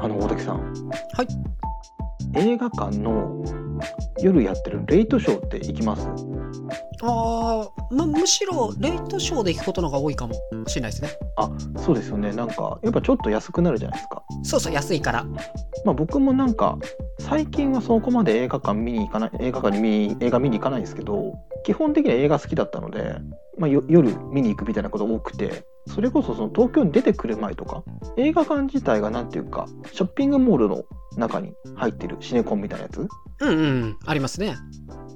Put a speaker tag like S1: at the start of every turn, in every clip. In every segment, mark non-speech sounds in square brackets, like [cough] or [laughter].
S1: あの大竹さん
S2: はい
S1: 映画館の夜やってるレイトショーって行きます
S2: あーむむしろレイトショーで行くことの方が多いかもしれないですね
S1: あそうですよねなんかやっぱちょっと安くなるじゃないですか
S2: そうそう安いから
S1: まあ僕もなんか最近はそこまで映画館見に行かない映画館に見に映画見に行かないんですけど基本的には映画好きだったので、まあ、よ夜見に行くみたいなこと多くてそれこそその東京に出てくる前とか映画館自体がなんていうかショッピングモールの中に入ってるシネコンみたいなやつ
S2: うんうんありますね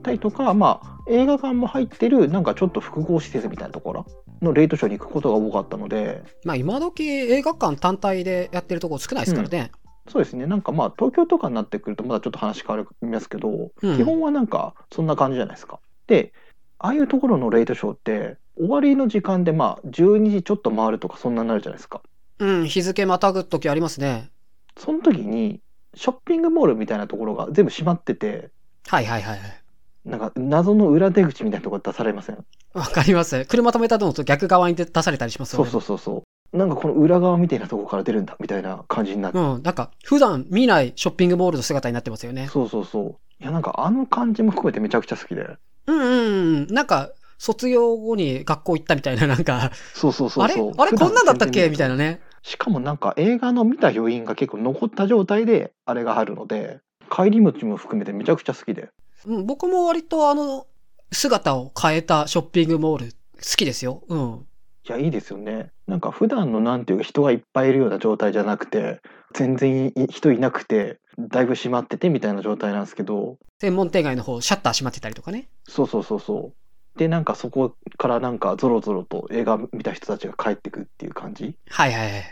S1: たりとか、まあ、映画館も入ってるなんかちょっと複合施設みたいなところのレイトショーに行くことが多かったので
S2: まあ今時映画館単体でやってるとこ少ないですからね、
S1: そうですねなんかまあ東京とかになってくるとまだちょっと話変わりますけど、
S2: うん
S1: 基本はなんかそんな感じじゃないですか。でああいうところのレイトショーって終わりの時間でまあ12時ちょっと回るとかそんなになるじゃないですか。
S2: うん、日付またぐ時ありますね
S1: その時にショッピングモールみたいなところが全部閉まってて
S2: はいはいはいはい
S1: なんか謎の裏出口みたいなところ出されません
S2: わかります車止めたのと逆側に出されたりします
S1: そ
S2: よ
S1: う
S2: ね
S1: そうそうそうなんかこの裏側みたいなところから出るんだみたいな感じになって、
S2: うん、なんか普段見ないショッピングモールの姿になってますよね
S1: そうそうそういやなんかあの感じも含めてめちゃくちゃ好きで
S2: うんうんうんなんか卒業後に学校行ったみたいななんか
S1: そうそうそうそう
S2: あれあれこんなんだったっけみたい
S1: な
S2: なね
S1: しかもなんか映画の見た余韻が結構残った状態であれがあるので帰り道も含めてめちゃくちゃ好きで
S2: うん、僕も割とあの、姿を変えたショッピングモール、好きですよ。うん。
S1: いやいいですよねなんか普段のなんていうか人がいっぱいいるような状態じゃなくて全然い人いなくてだいぶ閉まっててみたいな状態なんですけど
S2: 専門店街の方、シャッター閉まってたりとかね。
S1: そうそうそうそうでなんかそこからなんかゾロゾロと映画見た人たちが帰ってくっていう感じ
S2: はいはいはい。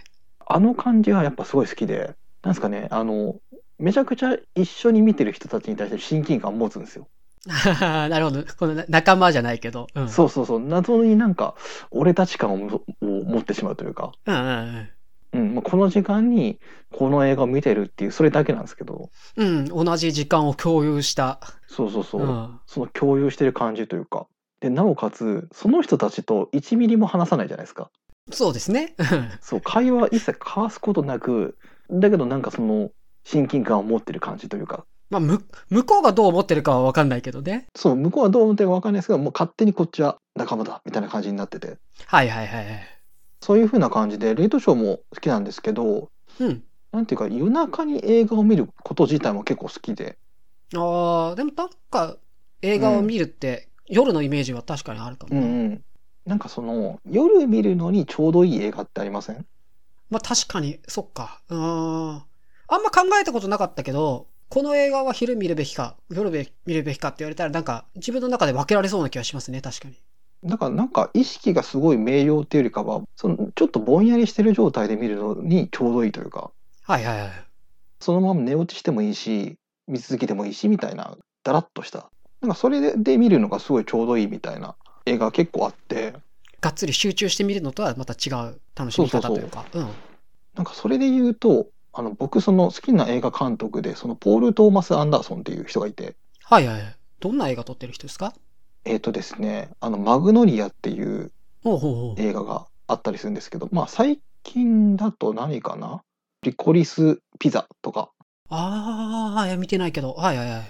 S1: あの感じがやっぱすごい好きでなんですかねあのめちゃくちゃ一緒に見てる人たちに対して親近感を持つんですよ
S2: [laughs] なるほど。このな仲間じゃないけど。うん。
S1: そうそうそう謎になんか俺たち感をもを持ってしまうというか、
S2: うんうん
S1: うんまあ、この時間にこの映画を見てるっていうそれだけなんですけど
S2: うん。うん、同じ時間を共有した。
S1: そうそうそうう、
S2: ん。
S1: その共有してる感じというかでなおかつその人たちと1ミリも話さないじゃないですか
S2: そうですね。 [laughs] うん
S1: そう会話一切交わすことなくだけどなんかその親近感を持ってる感じというか
S2: まあ、む、向こうがどう思ってるかはわかんないけどね。
S1: そう向こうはどう思ってるか分かんないですけどもう勝手にこっちは仲間だみたいな感じになってて
S2: はいはいはいはい。
S1: そういう風な感じでレイトショーも好きなんですけど
S2: うん。
S1: なんていうか夜中に映画を見ること自体も結構好きで
S2: ああ、でもなんか、映画を見るって、夜のイメージは確かにあるかも
S1: うん
S2: な。
S1: うんなんかその夜見るのにちょうどいい映画ってありません
S2: まあ確かに、そっか。うーん。あんま考えたことなかったけど、この映画は昼見るべきか、夜べ見るべきかって言われたら、なんか自分の中で分けられそうな気がしますね、確かに。
S1: だからなんか意識がすごい明瞭っていうよりかはそのちょっとぼんやりしてる状態で見るのにちょうどいいというか
S2: はいはいはい。
S1: そのまま寝落ちしてもいいし見続けてもいいしみたいなだらっとしたなんかそれで見るのがすごいちょうどいいみたいな映画結構あって
S2: がっつり集中して見るのとはまた違う楽しみ方というか。うん。
S1: なんかそれで言うとあの僕その好きな映画監督でそのポール・トーマス・アンダーソンっていう人がいて
S2: はいはいはい。どんな映画撮ってる人ですか
S1: えっ、とですね、あの、マグノリアっていう
S2: ほうほうほう。
S1: 映画があったりするんですけど、まあ最近だと何かなリコリスピザとか、
S2: ああ、いや見てないけど。はいはいはい。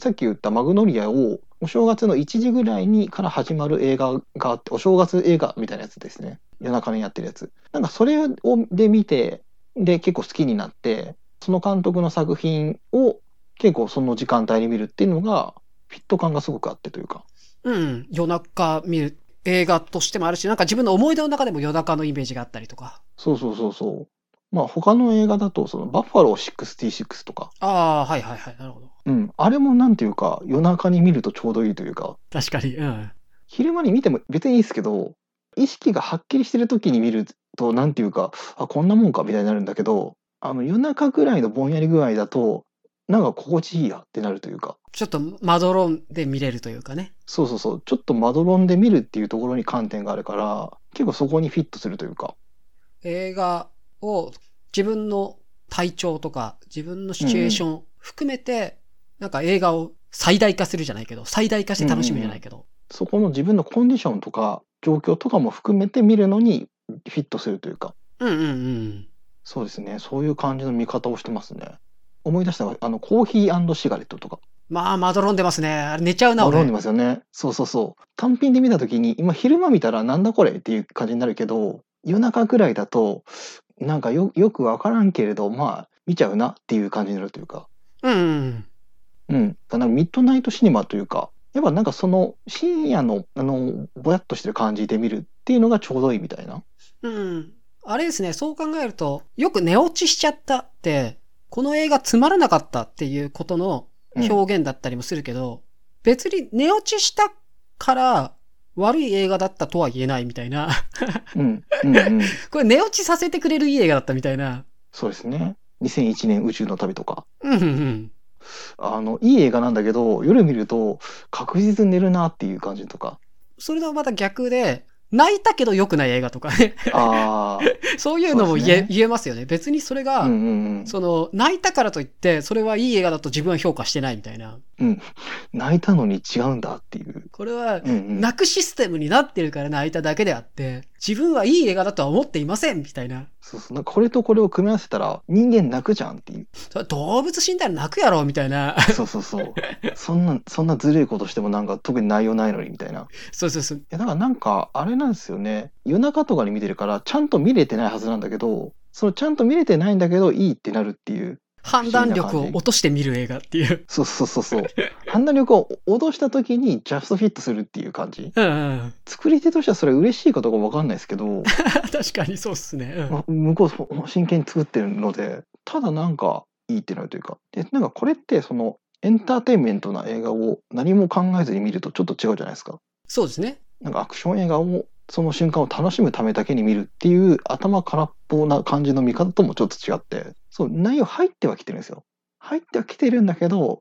S1: さっき言ったマグノリアをお正月の1時ぐらいにから始まる映画があって、お正月映画みたいなやつですね。夜中にやってるやつ。なんかそれをで見て、で結構好きになって、その監督の作品を結構その時間帯に見るっていうのが、フィット感がすごくあってというか、
S2: うん。夜中見る映画としてもあるし、なんか自分の思い出の中でも夜中のイメージがあったりとか。
S1: そうそうそうそう。まあ他の映画だとそのバッファロー66とか、
S2: ああ、はいはいはい。なるほど。
S1: うん、あれもなんていうか夜中に見るとちょうどいいというか
S2: 確かに。うん。
S1: 昼間に見ても別にいいですけど意識がはっきりしてる時に見るとなんていうかあこんなもんかみたいになるんだけどあの夜中ぐらいのぼんやり具合だとなんか心地いいやってなるというか
S2: ちょっとまどろんで見れるというかね。
S1: そうそうそうちょっとまどろんで見るっていうところに観点があるから結構そこにフィットするというか
S2: 映画を自分の体調とか自分のシチュエーション含めてなんか映画を最大化するじゃないけど、最大化して楽しむじゃないけど。
S1: そこの自分のコンディションとか状況とかも含めて見るのにフィットするというか
S2: うんうんうん。
S1: そうですねそういう感じの見方をしてますね思い出したのはあのコーヒーシガレットとか
S2: まあ、まどろんでますね。あれ寝ちゃうな、俺。
S1: 飲んでますよねそうそうそう単品で見た時に今昼間見たらなんだこれっていう感じになるけど夜中ぐらいだとなんかよよくわからんけれどまあ見ちゃうなっていう感じになるというか
S2: うんうん。
S1: うん、だからミッドナイトシネマというか、やっぱなんかその深夜のあのぼやっとしてる感じで見るっていうのがちょうどいいみたいな。
S2: うん。あれですね、そう考えると、よく寝落ちしちゃったって、この映画つまらなかったっていうことの
S1: うん
S2: 表現だったりもするけど、別に寝落ちしたから悪い映画だったとは言えないみたいな。 [laughs]
S1: うん、うん、うん。
S2: これ寝落ちさせてくれるいい映画だったみたいな。
S1: そうですね。2001年宇宙の旅とか。
S2: うんうんうん。
S1: あの、いい映画なんだけど、夜見ると確実に寝るなっていう感じとか。
S2: それとはまた逆で、泣いたけど良くない映画とかね。 [laughs]
S1: あ
S2: そういうのも言
S1: そうで
S2: え,、
S1: すね
S2: 言えますよね。別にそれ
S1: あ、
S2: が、
S1: うんうんうん。
S2: その、泣いたからといって、それはいい映画だと自分は評価してないみたいな。
S1: 泣いたのに違うんだっていう。
S2: これは
S1: うんうん。
S2: 泣くシステムになってるから泣いただけであって、自分はいい映画だとは思っていません、みたいな。
S1: そうそう。なんかこれとこれを組み合わせたら人間泣くじゃんっていう。
S2: それ動物死んだら泣くやろ、みたいな。 [laughs]
S1: そうそうそう。そんな、そんなずるいことしてもなんか特に内容ないのにみたいな。
S2: そうそうそう。
S1: いやだからなんかあれなんですよね夜中とかに見てるからちゃんと見れてないはずなんだけどそのちゃんと見れてないんだけどいいってなるっていう
S2: 判断力を落として見る映画っていう。 [laughs]
S1: そうそうそうそう判断力を落とした時にジャストフィットするっていう感じ
S2: うんうん。 [laughs]
S1: 作り手としてはそれ嬉しいかどうか分かんないですけど、
S2: 確かにそうっすね。うん
S1: まあ向こうそ真剣に作ってるのでただなんかいいってなるというかでなんかこれってそのエンターテインメントな映画を何も考えずに見るとちょっと違うじゃないですか。
S2: そうですね。
S1: なんかアクション映画をその瞬間を楽しむためだけに見るっていう頭空っぽな感じの見方ともちょっと違ってそう内容入ってはきてるんですよ入ってはきてるんだけど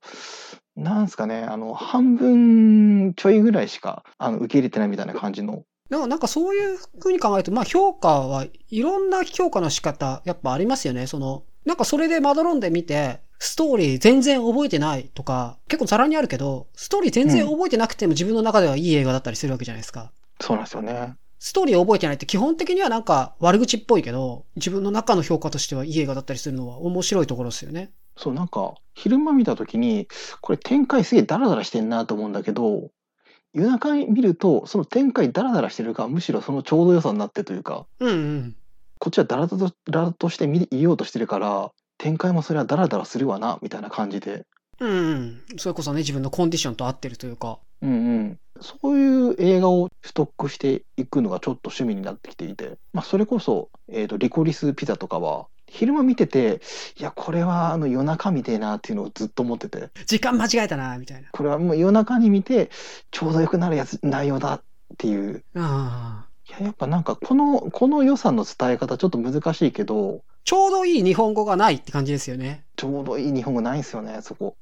S1: なんですかねあの半分ちょいぐらいしかあの受け入れてないみたいな感じの
S2: なんかなんかそういう風に考えると、まあ評価はいろんな評価の仕方、やっぱありますよね。その、なんかそれでまどろんで見て、ストーリー全然覚えてないとか、結構ざらにあるけど、ストーリー全然覚えてなくても自分の中ではいい映画だったりするわけじゃないですか。
S1: そうなんですよね
S2: ストーリー覚えてないって基本的にはなんか悪口っぽいけど、自分の中の評価としてはいい映画だったりするのは面白いところですよね。
S1: そうなんか昼間見た時にこれ展開すげえダラダラしてんなと思うんだけど夜中に見るとその展開ダラダラしてるがむしろそのちょうど良さになってというか
S2: うんうん。
S1: こっちはだらだらとして見ようとしてるから展開もそれはだらだらするわなみたいな感じで、
S2: うんうん。それこそね、自分のコンディションと合ってるというか。
S1: うんうん、そういう映画をストックしていくのがちょっと趣味になってきていて、まあ、それこそ、えーと「リコリスピザ」とかは昼間見てていやこれはあの夜中見てえなっていうのをずっと思ってて
S2: 時間間違えたな、みたいな。
S1: これはもう夜中に見てちょうどよくなるやつ内容だっていう
S2: ああ。
S1: いややっぱなんかこのこの良さの伝え方ちょっと難しいけど
S2: ちょうどいい日本語がないって感じですよね。
S1: ちょうどいい日本語ないんですよねそこ。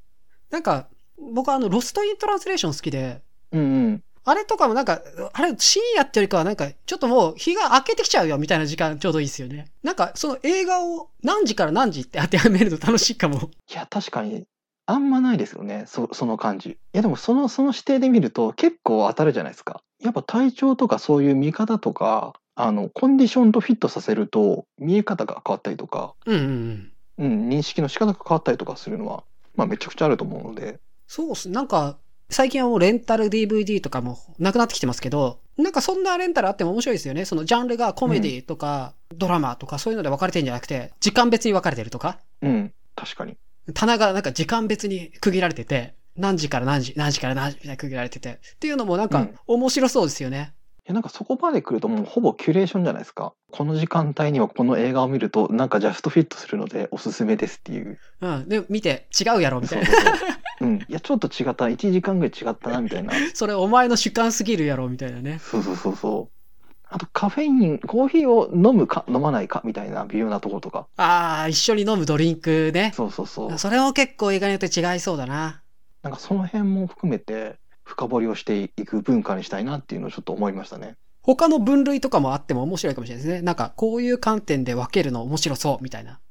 S2: なんか、僕はあの、ロストイントランスレーション好きで、
S1: うんうん
S2: あれとかもなんか、あれ深夜ってよりかはなんか、ちょっともう日が明けてきちゃうよみたいな時間ちょうどいいですよね。なんか、その映画を何時から何時って当てはめると楽しいかも。
S1: いや確かにあんまないですよねそその感じいやでもそのその視点で見ると結構当たるじゃないですかやっぱ体調とかそういう見方とかあのコンディションとフィットさせると見え方が変わったりとか、
S2: うんうんうん。
S1: うん、認識の仕方が変わったりとかするのは、まあ、めちゃくちゃあると思うので
S2: そうっす。なんか、最近はもうレンタル DVD とかもなくなってきてますけど、なんかそんなレンタルあっても面白いですよね。そのジャンルがコメディとか、ドラマとかそういうので分かれてるんじゃなくて、時間別に分かれてるとか、
S1: うん確かに
S2: 棚がなんか時間別に区切られてて、何時から何時、何時から何時みたいな区切られてて、っていうのもなん
S1: う
S2: か
S1: ん
S2: 面白そうですよね。
S1: いやなんかそこまで来るともうほぼキュレーションじゃないですかこの時間帯にはこの映画を見るとなんかジャストフィットするのでおすすめですっていう
S2: うん。で、見て、違うやろ、みた
S1: そ [laughs]
S2: いうな。
S1: そうそううん、いやちょっと違った1時間ぐらい違ったなみたいな
S2: それお前の主観すぎるやろ、みたいなね。
S1: そうそうそうそう。あとカフェイン、コーヒーを飲むか飲まないかみたいな微妙なところとか。
S2: ああ、一緒に飲むドリンクね。
S1: そうそうそう。
S2: それも結構映画によって違いそうだな。
S1: なんかその辺も含めて深掘りをしていく文化にしたいなっていうのをちょっと思いましたね。
S2: 他の分類とかもあっても面白いかもしれないですね。なんかこういう観点で分けるの面白そうみたいな。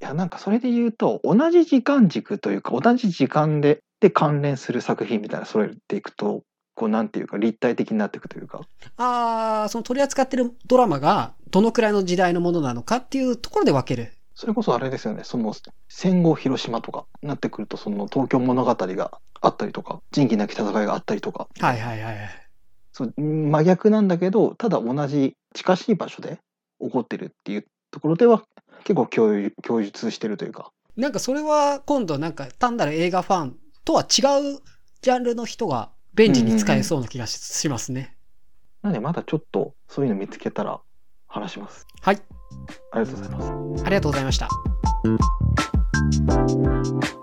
S1: いやなんかそれで言うと同じ時間軸というか同じ時間でで関連する作品みたいな揃えていくとこうなんていうか立体的になっていくというか
S2: ああ、その取り扱ってるドラマがどのくらいの時代のものなのかっていうところで分ける。
S1: それこそあれですよねその戦後広島とかなってくるとその東京物語があったりとか仁義なき戦いがあったりとか
S2: はいはいはいはい。
S1: そう真逆なんだけどただ同じ近しい場所で起こってるっていうところでは結構共有共通してるというか
S2: なんかそれは今度なんか単なる映画ファンとは違うジャンルの人がベンチに使えそうな気がし,、ますね。
S1: なのでまだちょっとそういうの見つけたら話します
S2: はい。
S1: ありがとうございます
S2: ありがとうございました。